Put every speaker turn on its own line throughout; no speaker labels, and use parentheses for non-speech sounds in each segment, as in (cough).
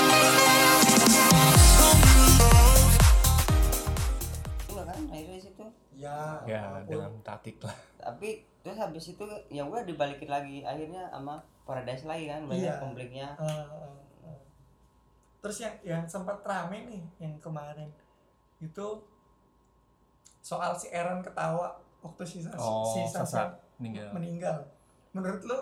kan,
Ya,
Nah,
Eh,
dengan taktik lah
tapi terus habis itu ya udah dibalikin lagi akhirnya sama Paradise lagi kan banyak
Iya.
konfliknya
Eh, eh, eh. terus yang yang sempat rame nih yang kemarin itu soal si Aaron ketawa waktu si Sasa,
oh
si Sasa
sasa meninggal
meninggal menurut lu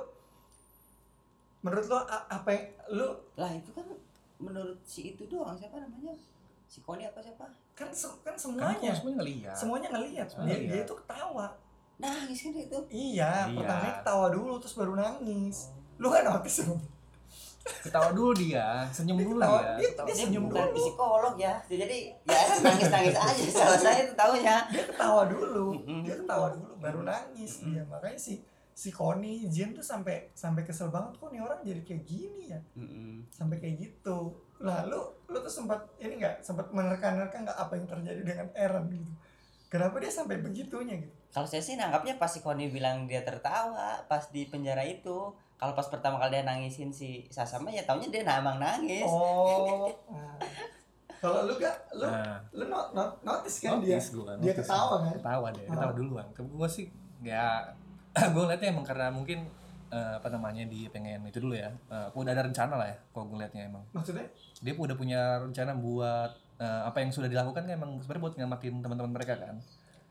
menurut lu a- apa yang lu
lah itu kan menurut si itu doang siapa namanya si Koni apa siapa
kan se- kan
kan Oh,
semuanya
semua semuanya ngeliat
semuanya ngelihat
Semuanya
dia,
ngeliat.
dia itu ketawa
nangis kan dia itu
iya
Iya.
pertamanya ketawa dulu terus baru nangis lu kan notice dong
ketawa dulu dia senyum
Dia
dulu
ketawa,
dia Nah,
dia-
Ketawa.
dia
dia
senyum
bukan
dulu.
psikolog ya jadi ya nangis nangis aja (laughs) salah saya tuh tahunya
dia ketawa dulu
Mm-hmm.
Mm-mm.
dia ketawa dulu baru nangis
Mm-mm.
dia makanya si si Koni Jin tuh sampai sampai kesel banget kok nih orang jadi kayak gini ya sampai kayak gitu lalu lu tuh sempat ini nggak sempat menerka-nerka nggak apa yang terjadi dengan Eren gitu kenapa dia sampai begitunya gitu
kalau saya sih nangkapnya pas si Koni bilang dia tertawa pas di penjara itu kalau pas pertama kali dia nangisin si Sasama ya taunya dia namang nangis
oh (laughs) nah. kalau lu gak lu
nah
lu not, not- notice kan dia
notice gua,
dia
notice.
ketawa kan?
ketawa dia
Ah.
ketawa duluan tapi gua sih ya (clears throat) gua ngeliatnya emang karena mungkin eh, apa namanya dia pengen itu dulu ya Eh, udah ada rencana lah ya kalau gua ngeliatnya emang
maksudnya
dia udah punya rencana buat eh, apa yang sudah dilakukan kan emang sebenarnya buat ngamatin teman-teman mereka kan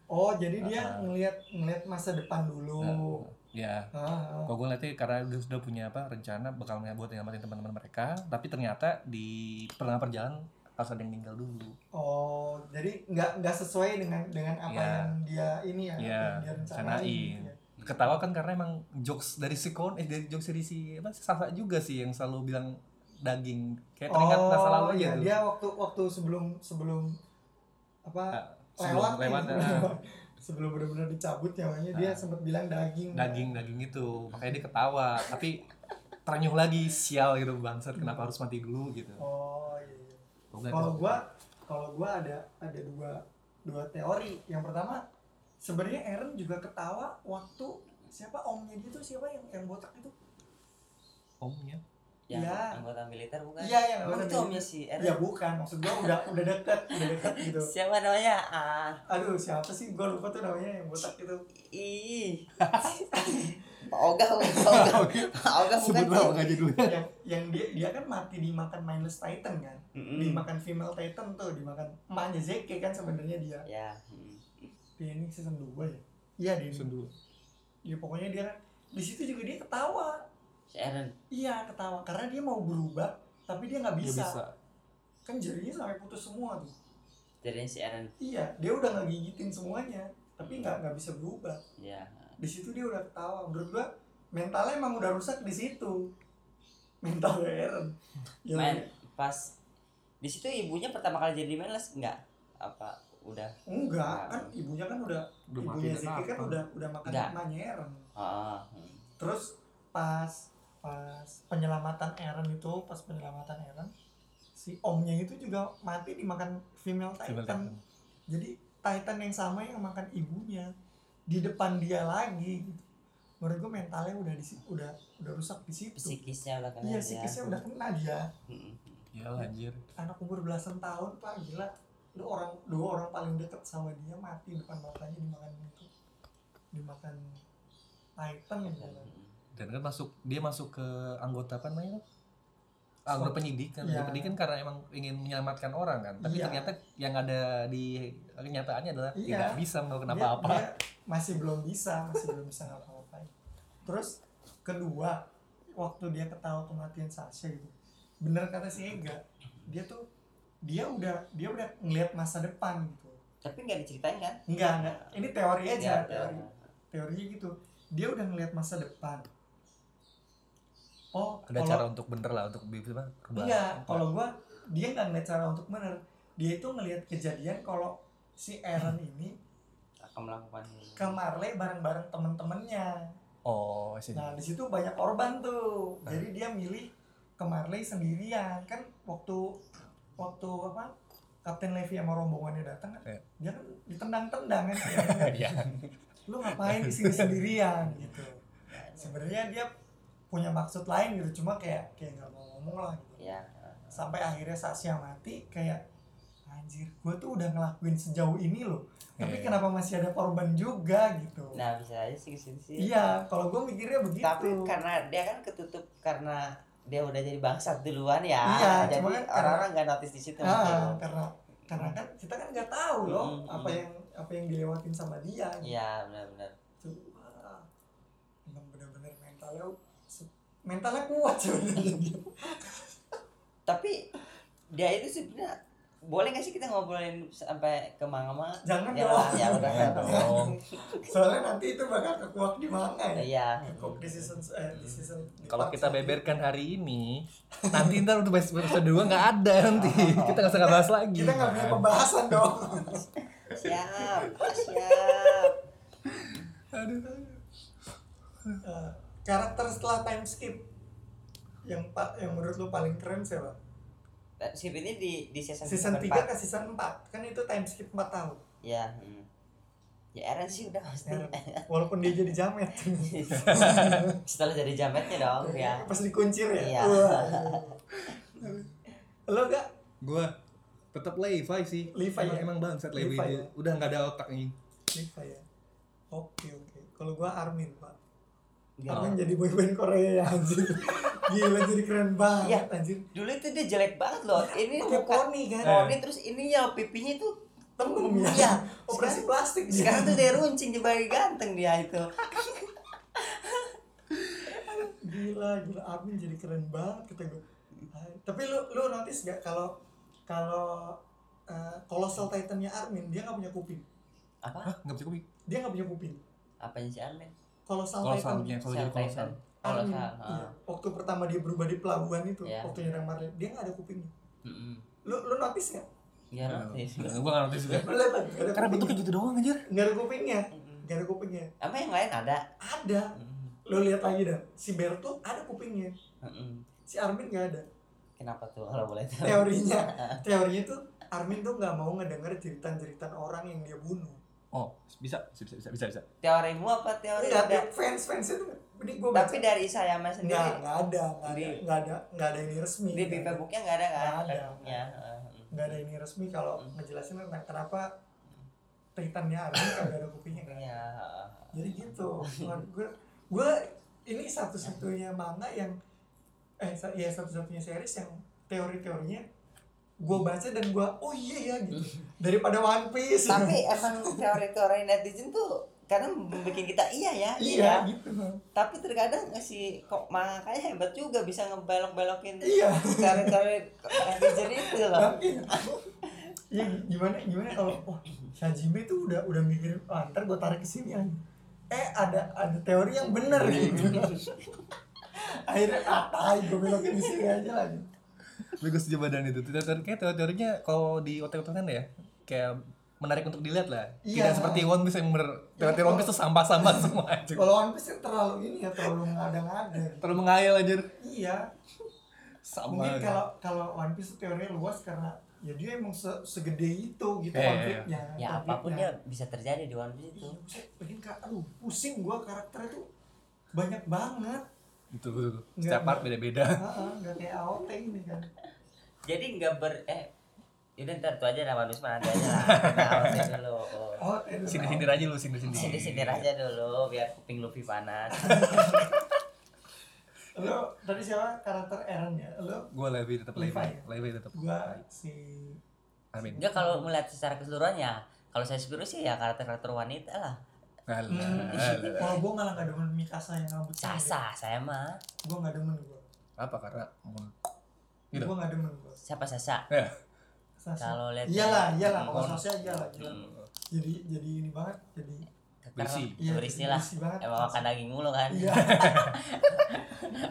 oh jadi dia
Ah.
ngelihat ngelihat masa depan dulu
ya
Ah, ah.
kalau gue ngeliatnya karena udah sudah punya apa rencana bakal nge- buat ngamatin teman-teman mereka tapi ternyata di pertengahan perjalanan harus ada yang meninggal dulu
oh jadi nggak nggak sesuai dengan dengan apa
Iya.
yang dia ini ya apa
Iya,
yang dia rencanain
rencanain.
gitu ya.
ketawa kan karena emang jokes dari si kon eh, dari jokes dari si apa Sasa juga sih yang selalu bilang daging kayak teringat
oh
masa lalu
iya,
gitu
dia waktu waktu sebelum sebelum apa
Ah, sebelum
nih,
lewat
sebelum-
ah.
(laughs) sebelum benar-benar dicabut nyawanya dia
Ah.
sempat bilang daging
daging daging itu makanya dia ketawa tapi terenyuh lagi sial gitu bangsat kenapa harus mati dulu gitu
oh iya, iya.
Gua ngeliat
kalau
itu.
gua kalau gua ada ada dua dua teori yang pertama sebenarnya Aaron juga ketawa waktu siapa omnya dia tuh siapa yang yang botak itu
omnya
yang
Iya.
anggota militer bukan
Iya, yang
Emang
anggota
itu Nah, omnya si Eren
ya bukan maksud gua udah udah deket udah deket gitu
siapa namanya ah
aduh siapa sih gua lupa tuh namanya yang botak itu
(laughs) ih Pak Oga bukan Pak
(laughs)
Oga Pak Oga bukan
sebut
sih
nama aja dulu
yang yang dia dia kan mati dimakan mindless titan kan
Mm-mm.
dimakan female titan tuh dimakan emaknya Zeke kan sebenarnya dia
ya mm.
dia ini season 2 ya iya dia ini.
dulu
Dia pokoknya dia kan di situ juga dia ketawa
si Eren
iya ketawa karena dia mau berubah tapi dia nggak
Nggak
bisa.
bisa.
kan jarinya sampai putus semua tuh
jadinya si Eren
iya dia udah nggak gigitin semuanya tapi nggak nggak bisa berubah
ya
di situ dia udah ketawa menurut gua mentalnya emang udah rusak di situ mental Eren Ya,
main pas di situ ibunya pertama kali jadi mainless enggak apa udah
enggak kan ibunya kan udah
Udah mati
ibunya
udah
Zeki kan
kapan?
udah udah makan
Enggak.
emaknya Eren
ah mm.
terus pas pas penyelamatan Eren itu pas penyelamatan Eren si omnya itu juga mati dimakan female
Coba
titan
lihat.
jadi titan yang sama yang makan ibunya di depan dia lagi gitu. menurut gue mentalnya udah di si- udah udah rusak di situ
psikisnya udah kena
iya
ya.
psikisnya udah kena dia
Mm-mm.
ya lah, anjir
anak umur belasan tahun pak gila lu orang dua orang paling deket sama dia mati depan matanya dimakan itu dimakan titan
Dan,
ya
Iya.
gila.
mm,
dan kan masuk dia masuk ke anggota apa namanya tuh? anggota penyidik kan
Iya.
Anggota penyidik kan karena emang ingin menyelamatkan orang kan tapi
Iya.
ternyata yang ada di kenyataannya adalah
Iya.
tidak bisa melakukan
Dia-
apa-apa
dia masih belum bisa masih belum bisa ngapa-ngapain terus kedua waktu dia ketawa kematian Sasha gitu bener kata si Ega dia tuh dia udah dia udah ngelihat masa depan gitu
tapi nggak diceritain kan
enggak enggak ini teori aja
Iya,
Ya,
teori
ya.
teorinya gitu dia udah ngelihat masa depan oh
ada
kalau-
cara untuk bener lah untuk bi- apa perubahan.
Enggak, Iya, kalau gua dia nggak ngeliat cara untuk bener. Dia itu ngelihat kejadian kalau si Aaron ini
akan melakukan
ke Marley bareng-bareng temen-temennya.
oh sih (laughs)
Nah di situ banyak korban tuh. Jadi dia milih ke Marley sendirian. Kan waktu waktu apa Kapten Levi sama rombongannya datang kan,
Iya.
dia kan ditendang-tendang kan. (laughs) si Aaron kan.
ya
Lu ngapain di sini sendirian gitu? Sebenarnya dia punya maksud lain gitu, cuma kayak kayak nggak mau ngomong lah gitu.
ya
sampai akhirnya Sasha mati kayak anjir gue tuh udah ngelakuin sejauh ini loh tapi
Iya.
kenapa masih ada korban juga gitu
nah bisa aja sih kesini sih
iya kalau gue mikirnya begitu
tapi karena dia kan ketutup karena dia udah jadi bangsat duluan ya
Iya,
jadi
cuma kan karena-
orang-orang nggak notice di situ gitu. mungkin.
ah, karena karena kan kita kan nggak tahu loh
Mm,
apa
mm.
yang apa yang dilewatin sama dia
iya benar-benar
gitu Wah, emang bener-bener mentalnya se- mentalnya kuat
(laughs)
sebenarnya
tapi dia itu sebenarnya boleh nggak sih kita ngobrolin sampai ke manga-manga
jangan
ya
dong
ya udah
Jangan dong.
(laughs) soalnya nanti itu bakal kekuak di mana ya
iya
kekuak di season eh, di season di
Kalau
part
kita
selanjutnya.
beberkan hari ini, nanti ntar untuk episode 2 nggak ada nanti.
(laughs)
Kita nggak usah bahas lagi.
Oh. Nah, kita nggak punya pembahasan
Iya.
dong (laughs)
siap siap
aduh Eh, karakter setelah time skip yang pak yang menurut lu paling keren siapa
sip ini di di season,
season 3
keempat.
ke season 4 kan itu time skip 4 tahun
ya hmm. ya Eren sih udah pasti (laughs)
Eren. walaupun dia jadi jamet
setelah jadi jametnya dong ya
pas dikuncir
Iya.
ya
(laughs)
Wah. lo gak
Gue tetap Levi sih.
Levi
emang,
ya?
emang bangsat Levi.
Levi
dia.
ya?
Udah nggak ada otak nih.
Liva ya oke oke kalau gua Armin pak
Gila.
Armin jadi boyband Korea ya
(laughs)
anjir gila jadi keren
Iya.
banget anjir
dulu itu dia jelek banget loh ini muka
pakai poni kan
Eh.
poni terus ininya pipinya itu
tembem ya
Iya. Sekarang-
operasi plastik dia.
sekarang tuh dia runcing dibagi ganteng dia itu
gila gila Armin jadi keren banget kata gue tapi lu lu notice gak kalau kalau eh, kolosal titannya Armin dia nggak punya kuping
apa
Hah? Nggak bisa kopi?
dia nggak punya kuping
apanya si Armin
kolosal
Kalau
titan
yang selalu jadi
Sel Titan
kolosal.
kalau
Armin
salah
iya.
ah.
waktu pertama dia berubah di pelabuhan itu
Iya.
waktu nyerang Marley dia nggak ada kupingnya
Mm-mm.
lu lu notice gak
Ya,
Iya.
Iya.
notice.
Gue nggak ngerti juga.
lu lihat nggak? Nggak ada
Karena bentuknya
kupingnya.
gitu doang anjir.
nggak ada kupingnya
(laughs) Mm-mm.
nggak ada kupingnya
Apa yang lain ada?
ada
Mm-mm.
lu lihat lagi dah si Bear tuh ada kupingnya
Mm-mm.
si Armin nggak
(laughs)
ada
Kenapa tuh kalau boleh tahu?
teorinya teorinya tuh Armin tuh nggak mau ngedenger cerita-cerita orang yang dia bunuh
Oh, bisa, bisa, bisa, bisa. bisa.
Teorimu apa teori
Enggak
ada?
ada fans fans itu ini gue baca
Tapi dari Isayama
nggak
sendiri
nggak ada nggak ada
Di-
nggak ada nggak ada ini resmi
di
nggak ada-
paperbooknya nggak ada kan?
Iya. Nggak ada. Iya.
Ya.
nggak ada ini resmi kalau
Hmm.
ngejelasin tentang kenapa Titannya Armin kagak
(laughs)
ada kupingnya kan
Ya.
(laughs) jadi gitu gue gue ini satu-satunya manga yang eh sa- ya satu-satunya series yang teori-teorinya gue baca dan gue oh iya ya gitu daripada One Piece
Hmm. Tapi emang teori-teori netizen tuh kadang bikin kita iya ya,
(laughs) iya gitu
Tapi terkadang si kok makanya hebat juga bisa ngebelok-belokin
iya
teori-teori netizen itu loh.
Bangkit. Iya gimana gimana kalau wah Shajime tuh udah udah mikir ah, ntar gue tarik ke sini aja. Eh ada ada teori yang bener gitu. Akhirnya ah tai gue belokin di sini aja lagi.
Tapi gue setuju badan itu. Teori- Kayak teori-teorinya kalau di otak-otakan ya, kayak menarik untuk dilihat lah.
Iya.
Tidak seperti One Piece yang bener. Teori-teori One Piece tuh sampah-sampah semua anjir.
Kalau One Piece kan terlalu ini ya terlalu ngada-ngada.
Terlalu mengayal anjir.
Iya.
Sama.
Mungkin kalau kalau One Piece tuh teorinya luas karena ya dia emang se- segede itu gitu
Iya, iya,
konfliknya.
Ya apapun
konfliknya.
ya bisa terjadi di One Piece itu.
Iya, buset, bikin ka- aduh pusing gua karakternya tuh banyak banget.
Betul, betul.
Nggak,
Setiap part
nggak.
beda-beda.
Heeh, nggak kayak AOT ini kan.
Jadi nggak ber eh Yaudah ntar tuh aja nama Nusma nanti aja
(laughs)
lah. Nah, oke dulu. Oh.
Oh,
Sindir-sindir aja lu, sindir-sindir.
Sindir-sindir aja dulu biar kuping Luffy panas.
Lo tadi siapa karakter Eren ya? Lo
Gue Levi tetap
Levi
Levi.
ya?
Levi tetap.
gua si
Amin.
Enggak kalau melihat secara keseluruhan ya, kalau saya sendiri sih ya karakter-karakter wanita lah.
Nah,
Hmm.
Alah.
Kalau gua malah nggak demen Mikasa yang rambut pendek.
Sasa saya mah.
Gua nggak demen gua.
Apa karena mun- Gitu.
Gua nggak demen gua.
Siapa Sasa?
Ya.
Sasa.
Kalau lihat
Iyalah, iyalah kalau
Hmm.
sosial iyalah. gila. Jadi jadi ini banget, jadi
Berisi.
Berisi. Berisi lah.
berisi banget.
Emang Eh, makan daging mulu kan?
Iya.
(laughs)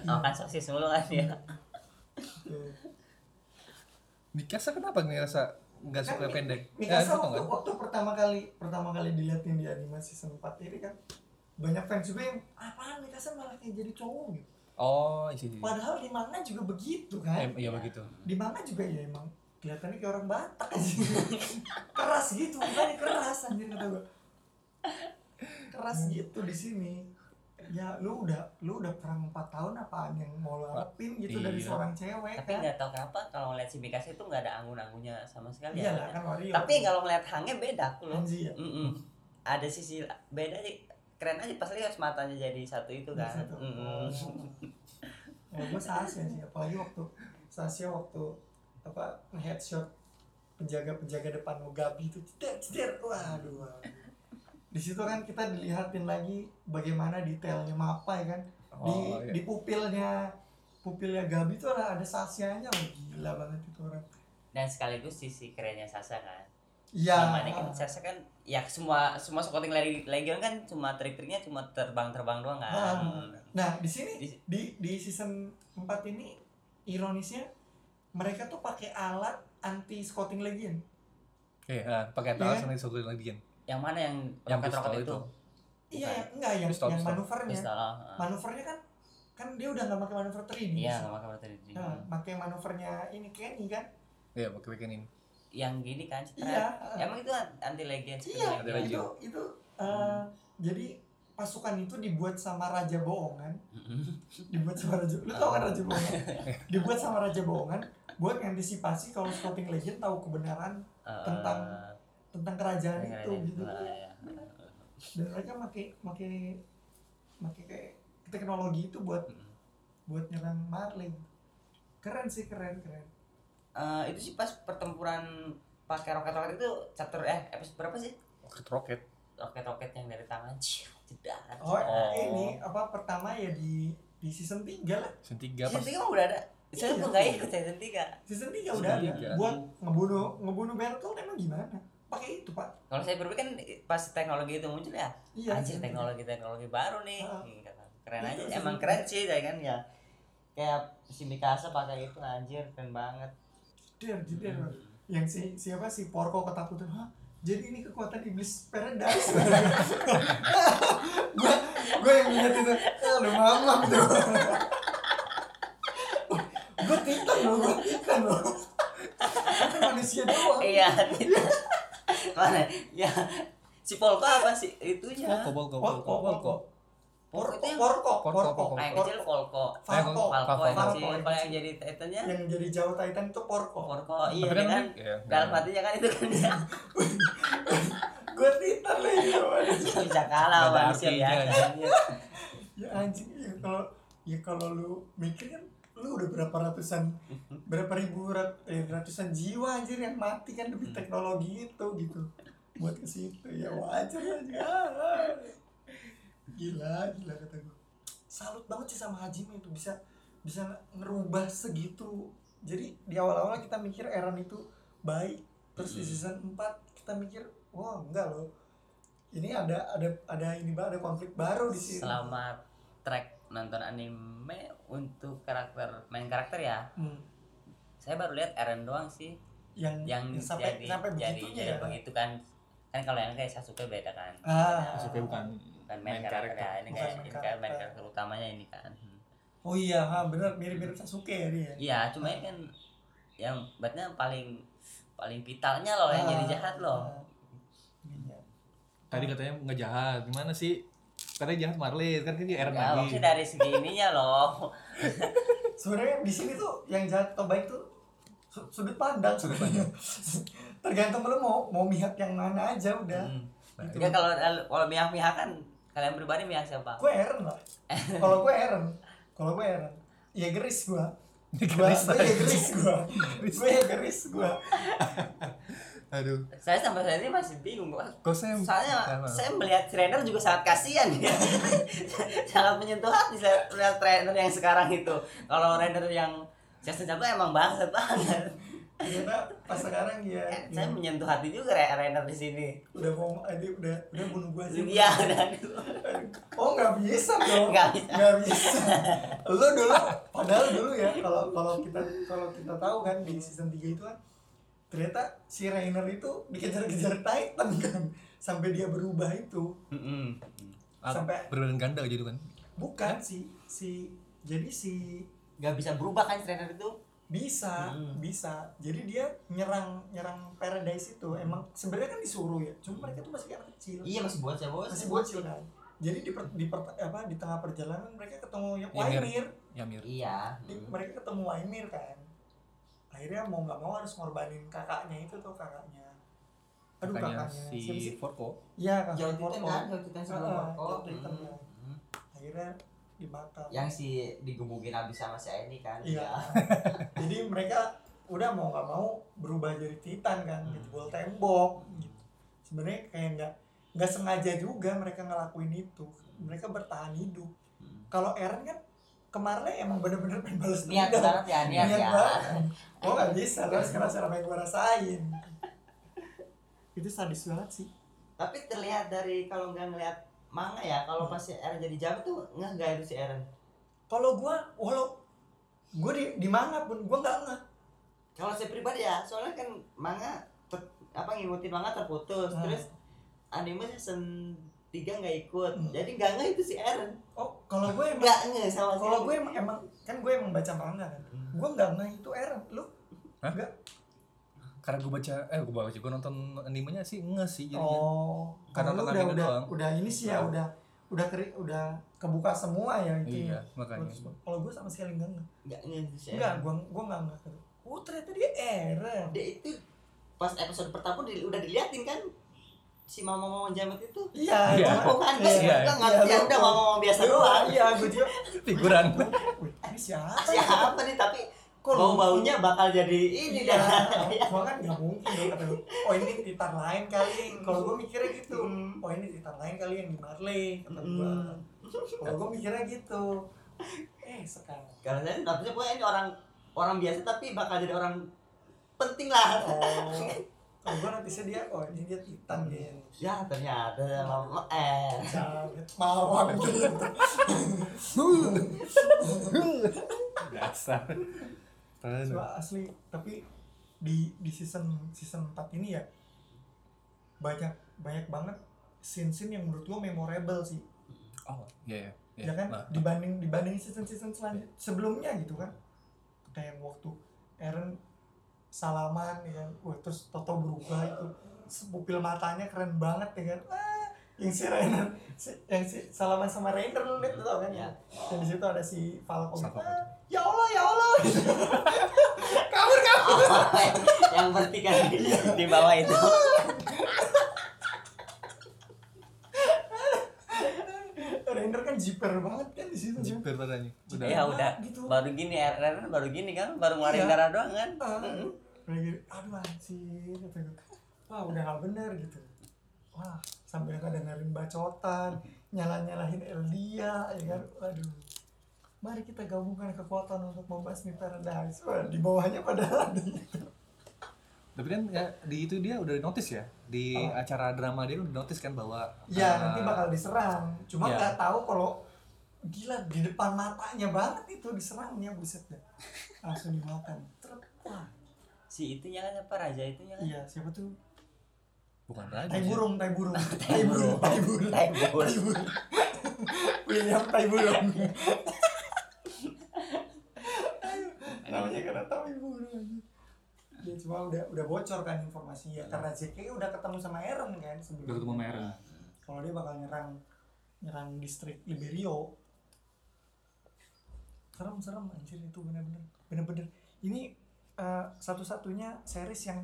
Makan sosis mulu kan ya.
Ya,
Tuh.
Mikasa kenapa ngerasa nggak suka
Kan Mi-
pendek? Ya,
Mikasa
lu tau
waktu,
nggak?
waktu pertama kali pertama kali diliatin di animasi season 4 ini kan banyak fans juga yang apaan Mikasa malah kayak jadi cowok gitu.
Oh, isi. isi.
Padahal di manga juga begitu
Eh,
kan.
Iya begitu.
Di manga juga ya emang kelihatannya kayak orang Batak aja. (laughs) keras
Iya.
gitu, bukan keras anjir kata gua. Keras gitu di sini. ya lu udah lu udah perang 4 tahun apaan yang mau lu harapin gitu dari
Iya.
seorang cewek
tapi
kan
nggak tahu kenapa kalau ngeliat si Mikasa itu nggak ada angun-angunnya sama sekali
iya
awalnya.
lah kan warrior
tapi kalau ngeliat Hange beda aku loh
Anji ya
Mm-mm. ada sisi beda sih keren aja pas lihat matanya jadi satu itu kan
Satu.
Mm-mm.
(laughs) Oh. ya gue Sasha sih apalagi waktu Sasha waktu apa headshot penjaga-penjaga depan lo Gabi itu tidak tidak waduh waduh. di situ kan kita dilihatin lagi bagaimana detailnya mapa ya kan di
Oh, iya.
di pupilnya pupilnya Gabi tuh ada ada Sasha-nya Wah, gila banget itu orang
dan sekaligus sisi kerennya Sasa kan
iya
Namanya kan Sasa kan ya semua semua scouting Le- legion kan cuma trik-triknya cuma terbang-terbang doang kan
Ah.
Mm.
Nah, di sini
Di-
di di season 4 ini ironisnya mereka tuh pakai alat anti scouting legion.
Oke, ah, pakai
Iya.
talas sama satu lagi
yang mana yang
Yang
roket-roket
pistol
itu,
Iya,
itu.
Bukan.
yang- enggak yang
Pistol,
yang
pistol.
manuvernya.
pistol ah.
Manuvernya kan kan dia udah nggak pakai manuver 3D.
iya nggak pakai roket itu.
Nah, pakai manuvernya ini Kenny kan?
Iya, pakai bikin ini.
yang gini kan citra
Iya.
emang itu anti legion
Iya,
Ada lagi.
itu itu eh, jadi pasukan itu dibuat sama raja bohongan, dibuat sama raja. Lu tau kan raja
(laughs)
bohongan? dibuat sama raja bohongan buat antisipasi kalau scouting legion tahu kebenaran Tentang
Eh,
tentang kerajaan
Iya,
itu gitu. dan mereka pakai pakai pakai kayak teknologi itu buat buat nyerang Marley keren sih keren keren
Eh, itu sih pas pertempuran pakai roket-roket itu chapter eh episode berapa sih
Roket roket.
roket-roket yang dari tangan ciu, jedar
oh,
Oh.
ini apa pertama ya di di season 3 lah
Season 3
season
Ya, pas. (laughs)
tiga udah ada saya
Iya.
tuh nggak ikut season tiga
season 3
Season
udah ada
tiga.
buat ngebunuh ngebunuh Bertolt emang gimana pakai itu pak
kalau saya berpikir kan pas teknologi itu muncul ya
iya
anjir
season
teknologi teknologi baru nih
Ah.
Hmm, kata- keren
Itu
aja
season
emang
tiga.
keren sih ya kan ya kayak si Mikasa pakai itu anjir keren banget
tiga. Jeder, jeder.
Hmm.
yang si siapa si Porco ketakutan Hah? jadi ini kekuatan iblis paradise gue gue yang lihat itu "Ah, lu mamam tuh gue titan loh gue titan loh Tapi manusia doang
Iya, gitu. Mana? Ya, si Polko apa sih itunya?
Polko, polko, polko, polko.
Porco
Itu yang-
Porco
Porco,
Porco
Ah, yang kecil Polko.
Eh,
Falco
Polko
Falco,
yang
Falco,
kecil,
yang
kalau yang jadi titannya
yang jadi Jawa Titan itu Porco
Polko. Iya, dia
Tapi kan
kan.
iya,
Dalam
nggak-
hatinya kan itu kan dia
gue titan loh ya
dia bisa kalah
Nggak ada
sama manusia
artinya,
biasa.
ya anjing ya kalau ya kalau lu mikir kan lu udah berapa ratusan berapa ribu rat- eh, ratusan jiwa anjir yang mati kan demi teknologi itu gitu buat ke situ ya wajar aja gila gila kata gue salut banget sih sama Hajime itu bisa bisa ngerubah segitu jadi di awal-awal kita mikir Eren itu baik terus di
Mm.
season 4 kita mikir wah enggak loh ini ada ada ada ini ba- ada konflik baru di sini
Selama track nonton anime untuk karakter main karakter ya
Hmm.
saya baru lihat Eren doang sih
yang,
yang
yang sampai
jadi
sampai
jadi,
begitunya
jadi
ya
begitu kan kan kalau yang kayak Sasuke beda kan
Ah.
Sasuke bukan
kan main, karakter, ya ini
Bukan
kayak
main
ini kan main
karakter.
karakter utamanya ini kan Hmm.
oh iya ha, bener mirip-mirip Sasuke ya dia
iya cuma ini kan yang batnya paling paling vitalnya loh yang
Ah,
jadi jahat loh
ah. Iya.
Tadi katanya nggak jahat. Gimana sih? Tadi jahat Marley, kan kan dia Eren
Enggak,
lagi.
Ya, maksudnya dari segi ininya loh
sebenarnya di sini tuh yang jahat atau baik tuh su- sudut pandang sudut pandang (laughs) tergantung lu mau mau mihak yang mana aja udah
Hmm.
Nah,
Enggak, kalau kalau mihak mihak kan kalian pribadi mihak siapa
gue Eren
(laughs)
lah kalau gue Eren kalau gue Eren ya geris gue gue
Geris.
ya geris gue gue ya (laughs) geris gue
Aduh.
saya sampai saat ini masih bingung kok
Kok saya
soalnya saya melihat trainer juga sangat kasihan ya. (laughs) sangat menyentuh hati saya melihat trainer yang sekarang itu kalau trainer yang season satu emang bangsat (laughs) banget Eh,
ternyata pas sekarang ya,
saya
ya
menyentuh hati juga Re- trainer di sini
udah mau eh, dia udah udah bunuh gue aja
iya dan
Oh nggak bisa
(laughs)
dong.
Nggak bisa.
Nggak bisa. Lu dulu, padahal dulu ya kalau kalau kita kalau kita tahu kan di season 3 itu kan ternyata si Rainer itu dikejar-kejar Titan kan sampai dia berubah itu. sampai-
berbadan ganda gitu kan.
Bukan si si jadi si
nggak bisa berubah kan si trainer itu
bisa
Hmm.
bisa jadi dia nyerang nyerang paradise itu emang sebenarnya kan disuruh ya cuma mereka tuh masih anak kecil
iya masih bocah bos
masih bocil kan jadi di, per, di, per- apa, di tengah perjalanan mereka ketemu yang
Iya, Mir.
Waimir
Yamir
iya
Di-
hmm.
mereka ketemu Waimir kan akhirnya mau nggak mau harus ngorbanin kakaknya itu tuh kakaknya aduh kakaknya,
kakaknya si
siapa sih?
Forko
iya
jauh titan
kakaknya Porpo.
kan jauh titan sebelum
Ah,
Marco
Jauh Titan,
Hmm,
ya.
hmm.
akhirnya Iya. dimakan
yang si digebukin abis sama si ini kan
Iya. (laughs) Jadi mereka udah mau nggak mau berubah jadi titan kan,
Hmm.
jebol tembok.
Hmm.
Gitu. Sebenarnya kayak nggak nggak sengaja juga mereka ngelakuin itu. Mereka bertahan hidup.
Hmm.
Kalau Eren kan kemarin emang bener-bener pengen balas
niat
dendam.
banget ya
Iya,
niat,
Niat
ya
banget. Gue Iya, Oh, nggak bisa, lo harus ngerasain apa yang gue rasain. itu sadis banget sih.
tapi terlihat dari kalau nggak ngeliat manga ya kalau
Hmm.
pas si Eren jadi jabat tuh nggak nggak itu si Eren
Kalau gue, walau gue di, di mana pun gue nggak ngeh.
kalau saya pribadi ya soalnya kan manga ter- apa ngikutin manga terputus
Hmm.
terus anime season tiga nggak ikut
Hmm.
jadi nggak nggak itu si Eren
Oh, kalau gue emang
nggak nggak sama sekali
kalau gue emang, emang kan gue emang baca manga kan.
Hmm.
gue nggak ngeh itu Eren lu
karena gue baca eh gue baca gue nonton animenya sih nge sih jadinya
oh
Iya, Karena
karena lu udah
tekan ini
udah
doang.
udah ini sih ya
Ah.
udah udah keri, udah kebuka semua ya itu
iya
ya.
makanya Iya.
Terus, kalau gue sama sekali nggak ngeh
nggak nggak itu si
nggak
Eren
gue gue nggak ngeh oh ternyata dia Eren
Iya.
dia itu pas episode pertama di- udah diliatin kan si mama mama jamet itu
iya
Iya.
Oh kan, gue
Iya.
nggak ngerti
Iya,
ya udah
lupa.
ngomong biasa doang.
iya gue juga
figuran
wih ini siapa ya?
Siapa nih tapi
Kok
bau
lu-
baunya bakal jadi ini
(laughs) Iya,
dah. (laughs)
cuma kan nggak mungkin dong kata lu. Oh ini titan lain kali. Kalau gue mikirnya gitu. Oh ini titan lain kali yang di Marley. Kata gue.
Hmm.
Kalau gue mikirnya gitu. Eh sekarang.
Kalau saya dapetnya pokoknya ini orang orang biasa tapi bakal jadi orang penting lah.
Oh. Kalau gue notisnya dia, oh ini dia titan dia.
Ya ternyata mama eh (laughs)
Jangan mawar gitu. (laughs)
dasar Keren.
Cuma asli, tapi di di season season 4 ini ya banyak banyak banget scene-scene yang menurut gua memorable sih.
oh iya iya iya.
ya kan
Nah,
dibanding dibanding season-season selanjut sebelumnya gitu kan. Kayak waktu Eren salaman ya kan. Wah, terus Toto berubah itu Se- pupil matanya keren banget ya kan. Ah, yang si Rainer si- yang si salaman sama Rainer lu lihat tuh tau kan
Ya.
ya. Dan di situ ada si Falcon.
Falcon.
Ah, ya Allah ya Allah. (laughs) kabur kabur.
yang bertikai di bawah itu.
Rainer kan jiper banget kan di situ. kan.
jipir tadanya udah
Ya udah
gitu.
baru gini Eren baru gini kan baru ngeluarin
Iya.
darah doang kan.
Ah,
Mm-mm.
kayak gini, aduh anjir kata gue. wah udah nggak bener gitu wah sampai aku dengerin bacotan nyala nyalahin Elia ya kan aduh mari kita gabungkan kekuatan untuk membasmi paradise wah di bawahnya padahal ada gitu. itu
tapi kan ya, di itu dia udah notice ya di
Apa?
acara drama dia udah notice kan bahwa
Oh. ya
eh,
nanti bakal diserang cuma
Ya.
nggak tahu kalau gila di depan matanya banget itu diserangnya buset dah langsung dimakan Trep, wah
Si itunya kan apa raja itunya kan.
iya siapa tuh
bukan raja
tai
sih.
burung tai burung tai burung tai burung
Tai burung.
Tai burung. William tai burung namanya karena tai burung dia cuma udah udah bocor kan informasinya karena JK udah ketemu sama Eren kan
Iya. udah ketemu
sebelumnya
sama Eren
kalau dia bakal nyerang nyerang distrik Liberio serem serem anjir itu bener-bener bener-bener ini eh, satu-satunya series yang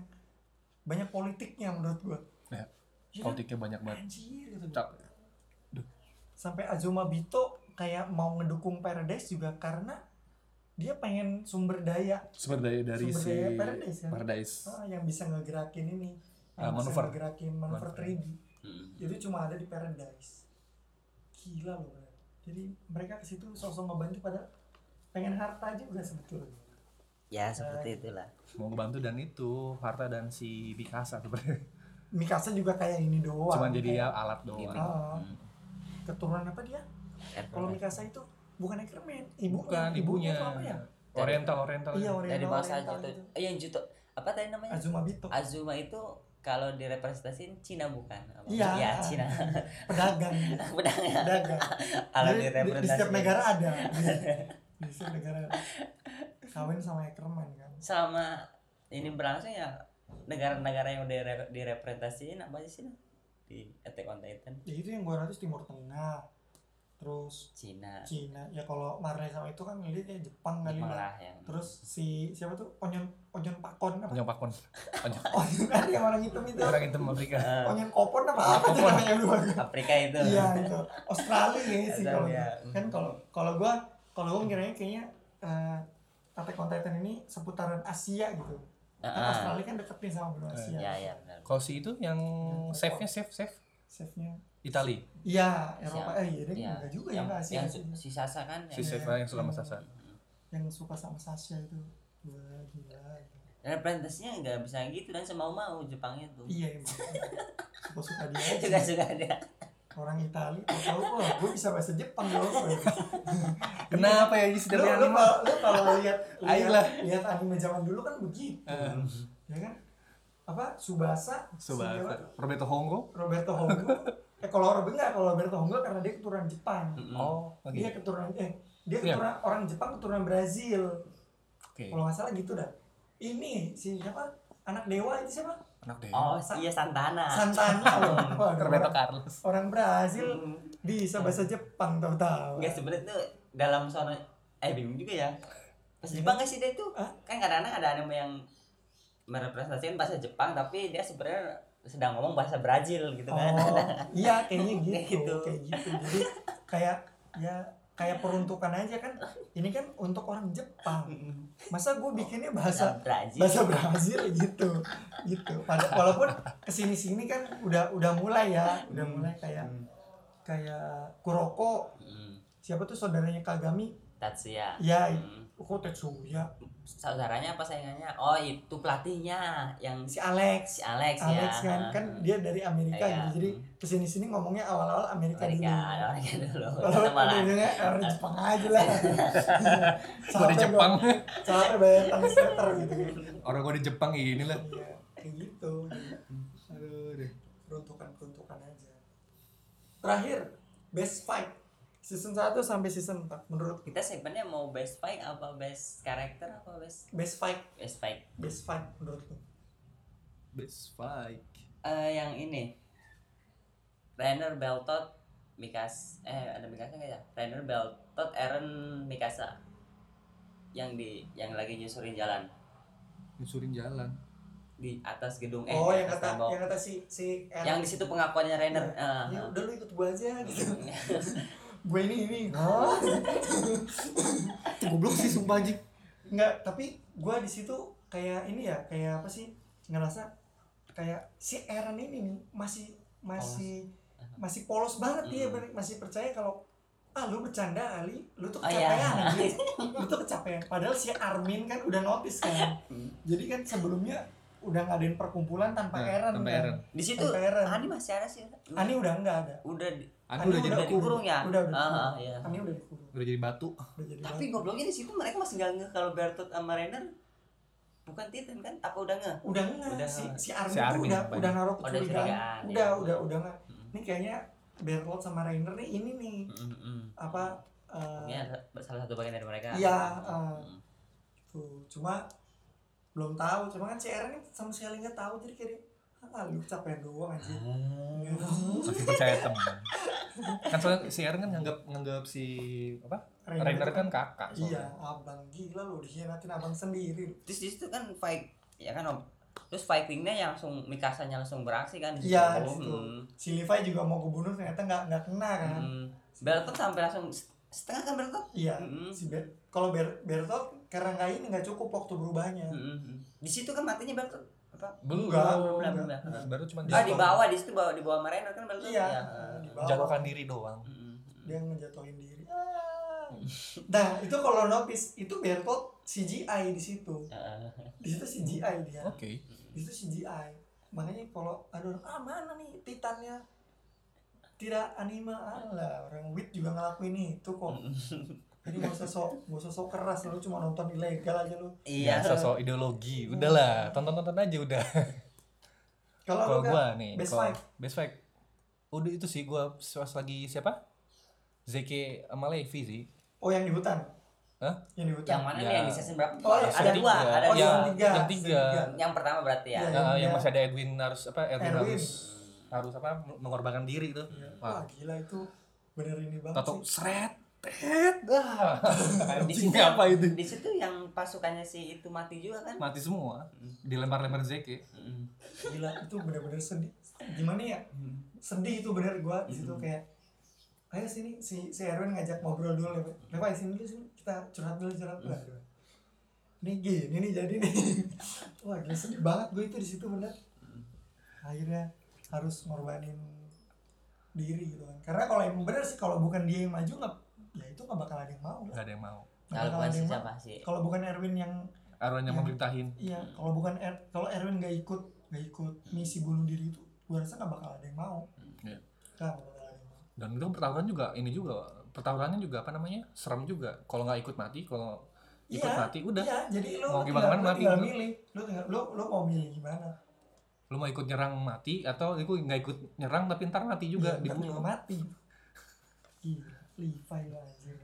banyak politiknya menurut gua
Ya,
Iya kan?
politiknya banyak banget
anjir gitu
Cap-
sampai Azuma Bito kayak mau ngedukung Paradise juga karena dia pengen sumber daya
sumber daya dari
Sumber
si
daya Paradise, kan?
Paradise.
ah, yang bisa ngegerakin ini
Ah,
yang bisa
manuver.
ngegerakin manuver
Manuver.
3D
Mm.
itu cuma ada di Paradise gila loh Bro. jadi mereka ke situ sosok ngebantu pada pengen harta juga sebetulnya
Ya seperti itulah.
mau ngebantu dan itu harta dan si Mikasa sebenarnya
Mikasa juga kayak ini doang
cuman jadi ya
kayak,
alat doang
Gitu.
ah,
Mm.
keturunan apa dia
Eren.
kalau Mikasa itu bukan Ekerman ibunya
bukan ibunya
tuh apa ya
Oriental Oriental
iya
dari
Oriental
bahasa
Oriental
Juto
itu.
eh, yang Juto apa tadi namanya
Azuma Bito
Azuma itu kalau direpresentasiin Cina bukan Apa?
Iya.
Iya, Cina (laughs)
pedagang
pedang ya
pedagang
kalau
Jadi di, di setiap
direpresentasiin
negara ada di setiap negara ada. kawin sama Ekerman kan
sama ini berlangsung ya negara-negara yang dire- direpresentasiin apa sih Cina di Attack on Titan
ya itu yang gua ratus timur tengah terus
Cina
Cina ya kalau Marley sama itu kan lihat ya Jepang kali
Jepang lah
lah
yang
terus si siapa tuh onyon onyon pakon apa
Panjang pakon. Panjang.
onyon (laughs) kan yang orang hitam itu
Orang hitam Afrika.
Eh,
onyon kopon apa apa tuh
Kopon.
namanya lu
Afrika itu
iya itu Australia ya sih kalau
Australia.
kan kalau kalau gua kalau gua ngiranya kayaknya eh Attack on Titan ini seputaran Asia gitu
Ah,
kan
ah.
Australia kan deket nih sama benua
Eh,
Asia
ya ya benar
Kalau si itu yang safe-nya safe safe
Safe-nya
Itali.
iya Eropa eh iya dia
Iya.
enggak juga ya
yang,
enggak Asia
yang
sih.
su- si Sasa kan
Si
Iya.
safe yang selama sasa.
yang suka sama Sasha itu Wah, gila
Hmm. representasinya nggak bisa gitu dan semau-mau Jepang (laughs) itu
iya emang suka suka dia aja.
suka-suka dia
orang Itali tahu wah gue bisa bahasa Jepang loh
Kenapa ya ini
lu
sedang
lu
anime?
kalau lu kalau
(laughs)
lihat
Ayolah.
lihat lihat anime zaman dulu kan begitu
Eh.
ya kan apa Subasa
Coba
siapa?
Roberto Hongo.
Roberto Honggo eh kalau Roberto enggak kalau Roberto Honggo karena dia keturunan Jepang
Oh, oke.
dia keturunan eh dia
Iya.
keturunan orang Jepang keturunan Brazil
Oke.
kalau nggak salah gitu dah ini si siapa anak dewa itu siapa
Anak deh.
oh si- iya
Ah.
Santana
(laughs)
Santana loh Wah,
Roberto
orang-
Carlos.
orang Brazil
Mm.
bisa bahasa Jepang tahu-tahu
Enggak sebenarnya tuh dalam sono eh bingung juga ya. Pas Jepang nggak sih dia tuh
Iya. Hah?
kan kadang-kadang ada anime yang merepresentasikan bahasa Jepang tapi dia sebenarnya sedang ngomong bahasa Brazil gitu kan. (laughs)
Oh, iya kayaknya
Kayak
gitu,
gitu.
kayak gitu. Jadi kayak ya kayak peruntukan aja kan. Ini kan untuk orang Jepang. Masa gue bikinnya
Bahasa
bahasa
Brazil.
bahasa Brazil gitu, gitu. Pada, walaupun kesini-sini kan udah udah mulai ya, udah mulai kayak
Hmm.
kayak Kuroko
Hmm.
siapa tuh saudaranya Kagami?
Tatsuya.
Ya,
Hmm.
kok Tetsuya,
Saudaranya apa saingannya? Oh, itu pelatihnya yang
si
si
Alex.
Alex, ya.
Alex kan kan dia dari Amerika
Iya.
gitu jadi kesini sini ngomongnya awal-awal Amerika,
Amerika, (laughs)
dulu
Amerika dulu.
kalau
Sama lah. Nah.
ujungnya orang Jepang aja
(laughs)
lah
Gua di Jepang.
gua- capek bayar translator gitu
Orang gua di Jepang ini lah.
Iya, kayak gitu
Aduh deh.
peruntukan peruntukan aja terakhir best fight season 1 sampai season 4 menurut
Kita sebenarnya mau best fight apa best karakter apa best
best fight
best fight?
best fight menurut lu
Best fight.
eh yang ini Rainer Beltot Mikas eh ada Mikasa nggak ya Rainer Beltot Eren Mikasa yang di yang lagi nyusurin jalan
Nyusurin jalan.
di atas gedung eh
oh
di
yang
atas
kata
tembok.
yang kata si si
yang,
Aaron.
di situ pengakuannya Rainer
Ya,
eh,
ya
eh.
udah lu ikut gua aja gitu gue ini ini Hah?
Goblok sih sumpah anjing.
Enggak, tapi gua di situ kayak ini ya, kayak apa sih? Ngerasa kayak si Aaron ini nih masih masih masih polos banget dia,
Mm.
ber- masih percaya kalau ah lu bercanda Ali, lu tuh
Oh, iya. (laughs)
kecapean Ali. Lu tuh kecapean. Padahal si Armin kan udah notice kan.
Mm.
Jadi kan sebelumnya udah ngadain perkumpulan tanpa Aaron. kan.
Sampai Nah, Aaron.
di situ
Tanpa Aaron.
Ani masih ada sih
Ani udah enggak ada.
udah di-
Aduh,
Aduh Anu udah jadi
udah
dikurung.
dikurung ya
Udah, udah
Ah,
dikurung.
ah, iya.
Ani udah dikurung.
udah jadi batu.
Udah jadi
tapi
batu.
gobloknya di situ mereka masih nggak ngeh kalau Beltot sama Rainer bukan Titan kan apa udah ngeh
udah enggak
Udah
si
enggak.
si Armin,
Si Armin
tuh udah
apa
udah
Oh,
naruh
Udah
kecurigaan.
curigaan,
Udah,
Iya.
ya.
udah, udah enggak.
Hmm.
Mm.
Ini kayaknya Bertolt sama Rainer nih ini nih
Mm, mm, mm.
apa eh,
Iya.
ini ada salah satu bagian dari mereka
Iya,
Mm.
eh. tuh cuma belum tahu cuma kan si Eren ini sama sekali nggak tahu jadi kayak dia, ah lu capek doang aja
Masih percaya teman. Kan soalnya si Aaron kan nganggap nganggap si apa? Rainer kan kakak.
iya
soalnya.
abang gila lu dikhianatin abang sendiri
terus di situ kan fight ya kan om terus fightingnya yang langsung Mikasanya langsung beraksi kan di
iya
situ.
gitu
Hmm.
si Levi juga mau kebunuh ternyata nggak nggak kena kan
Hmm. Bertot sampai langsung setengah kan Bertot
iya
Mm-mm.
Hmm.
si Ber kalau Ber Bertolt karena nggak ini nggak cukup waktu berubahnya
Hmm.
Mm-mm. di situ kan matinya Bertot apa
Belum.
Enggak,
belum,
Baru-
belum.
Baru cuma
ah di
jatuh.
bawah di situ bawa di bawah Mariner kan Bertot
iya
Ya.
di bawah.
Jatuhkan diri doang.
Mm-mm.
dia ngejatuhin diri Ah. nah itu kalau notice itu Bertolt CGI di situ
Ah.
di situ CGI dia
Oh.
Oke.
di situ CGI makanya kalau ada orang ah mana nih titannya tidak anime ala orang wit juga ngelakuin itu kok jadi nggak usah sok nggak usah sok keras lu cuma nonton ilegal aja lu
iya
Ya, sosok ideologi. Udahlah, tonton-tonton aja udah.
kalau
Kalau
lu kan
gua nih,
best
kalau-
fight.
Best fight. Udah itu sih gua pas lagi siapa? Zeke sama Levi sih.
oh yang di hutan
Hah?
yang di hutan
yang mana
Ya.
nih yang di season berapa Eh,
Oh, yang
ada
season
dua
tiga. Iya,
ada
oh
dua
yang tiga
yang tiga.
yang pertama berarti ya
Iya.
Nah, yang
Iya.
masih ada Edwin harus apa? Edwin,
Erwin.
harus harus apa mengorbankan diri tuh
Iya. Wah
Wah.
gila itu bener ini banget
atau
sih.
seret tet dah
Di
anjing
situ-
apa itu
di situ yang pasukannya si itu mati juga kan
mati semua dilempar-lempar Zeki
Mm-mm.
Gila itu bener-bener sedih. Gimana ya? Sedih itu bener gua di situ
Mm-mm.
kayak Ayo sini si si Erwin ngajak ngobrol dulu ya, Pak. Ya, Pak, sini dulu sini kita curhat dulu curhat dulu. Nih gini nih jadi nih. (laughs) Wah, gila sedih banget gue itu di situ bener. Akhirnya harus ngorbanin diri gitu kan. Karena kalau emang bener sih kalau bukan dia yang maju nggak ya itu nggak bakal ada yang mau lah.
nggak ada yang mau
Nggak
kalau
bakal
bukan
ada
si
yang mau.
siapa sih
Kalau bukan Erwin yang
Arwan yang
Ya.
memerintahin
Iya, kalau bukan Er- kalau Erwin nggak ikut nggak ikut misi bunuh diri itu, gua rasa nggak bakal ada yang mau.
Hmm. Iya.
Nggak bakal ada yang mau.
dan itu pertawuran juga ini juga pertawurannya juga apa namanya serem juga kalau nggak ikut mati kalau ikut
Iya,
mati udah
Iya, jadi lu
Mau
tinggal-
gimana
lu
mati
tinggal
gitu.
milih, lu tinggal lu lu mau milih gimana?
lu mau ikut nyerang mati atau lu nggak ikut nyerang tapi ntar mati
Iya,
juga
ntar juga
dibunuh
mati. Gila, Levi lah anjir.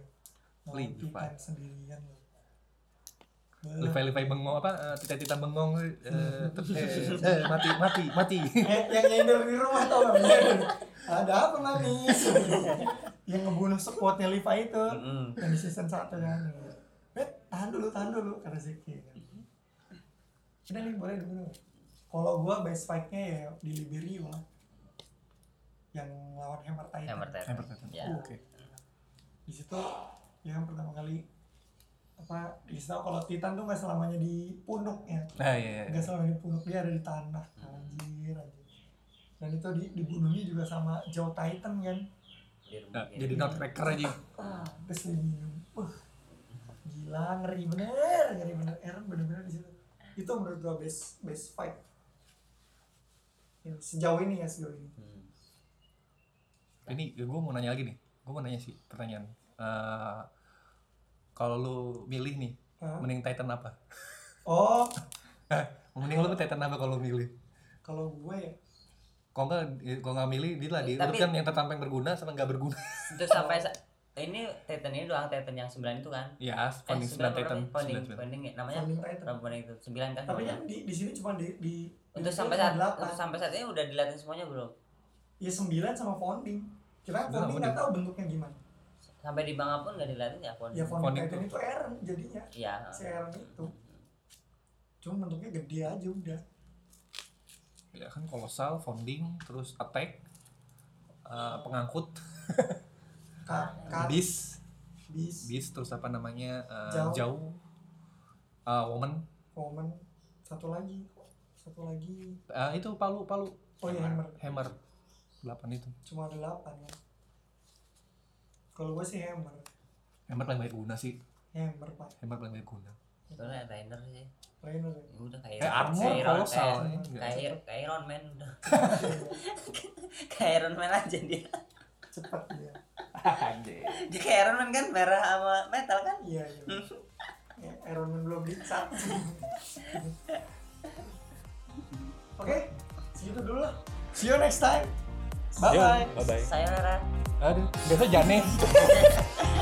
Levi.
Melakukan sendirian lu. Beuh.
Lepai-lepai bengong apa eh, tita-tita bengong eh, terus,
(laughs)
eh, eh, mati mati mati Nah,
Eh, yang nyender di rumah tau nggak? Nyender. Ada apa
(laughs)
nangis? yang ngebunuh squadnya Levi itu.
Mm-mm.
yang di season satu kan Bet, tahan dulu, tahan dulu karena Zeki kan. Udah nih, boleh dulu Kalau gua best fight-nya ya di Liberio lah Yang lawan Hammer Titan
Hammer Titan.
Hammer Titan.
Ya.
Oke. Di situ, ya yang pertama kali apa bisa kalau Titan tuh nggak selamanya di punuk ya
nah iya, iya.
nggak selamanya di punuk dia ada di tanah
Hmm.
anjir anjir dan itu di, dibunuhnya juga sama Joe Titan kan
Di rumah
Nah,
dia.
jadi nutcracker aja
Ah, terus dia minum. Wah, gila ngeri bener, ngeri bener. Aaron bener-bener di situ. Itu menurut gua best best fight. Yang sejauh ini ya sejauh ini.
Hmm.
ini gue mau nanya lagi nih gue mau nanya sih pertanyaan Eh, kalau lu milih nih
Hah?
mending Titan apa (laughs)
Oh,
mending lu Titan apa kalau milih
kalau gue ya
kalau nggak kalau nggak milih dia lah
Tapi-
diurutkan yang tertampang berguna sama nggak (laughs) berguna
Terus sampai sa- ini Titan ini doang Titan yang sembilan itu kan?
ya
eh,
founding sembilan
berapa
Titan
namanya? Founding,
Sembilan, sembilan.
founding ya, namanya
Founding Titan.
perempuan itu sembilan kan?
Tapi
namanya?
kan di, di sini cuma di di
untuk
di-
sampai
cuma
saat
delapan.
untuk sampai saat ini udah dilatih semuanya belum?
Ya sembilan sama founding. Kira
Nah,
founding nggak
udah.
tahu bentuknya gimana.
Sampai di Bangka pun nggak dilatih ya founding.
Ya
Founding
founding, Titan
tuh.
itu Aaron jadinya.
Ya.
Iya.
Si Aaron itu. Cuma bentuknya gede aja udah.
ya kan kolosal founding terus attack eh, pengangkut
Ka, ka,
bis
bis,
bis terus apa namanya eh,
Jauh.
jauh Eh, woman
woman, satu lagi, satu lagi
Eh, itu palu palu
Oh iya, hammer.
hammer delapan itu
Cuma ada 8 ya. Kalau gue sih hammer,
hammer paling banyak guna sih
hammer pak.
hammer paling banyak guna
Soalnya trainer sih.
Rainer. (laughs)
Ya udah kayak
eh armor
kayak Iron-
kolosal
kayak-
eh, nggak (laughs)
kayak
cocok.
kayak Iron Man (laughs) udah. kayak Iron Man aja dia.
Cepat dia.
Dia kayak Iron Man kan merah sama metal kan?
Iya iya. ya, Iron Man belum dicat. (laughs) Oke, segitu dulu lah. See you next time. Bye bye.
bye bye
Sayonara.
aduh biasa jane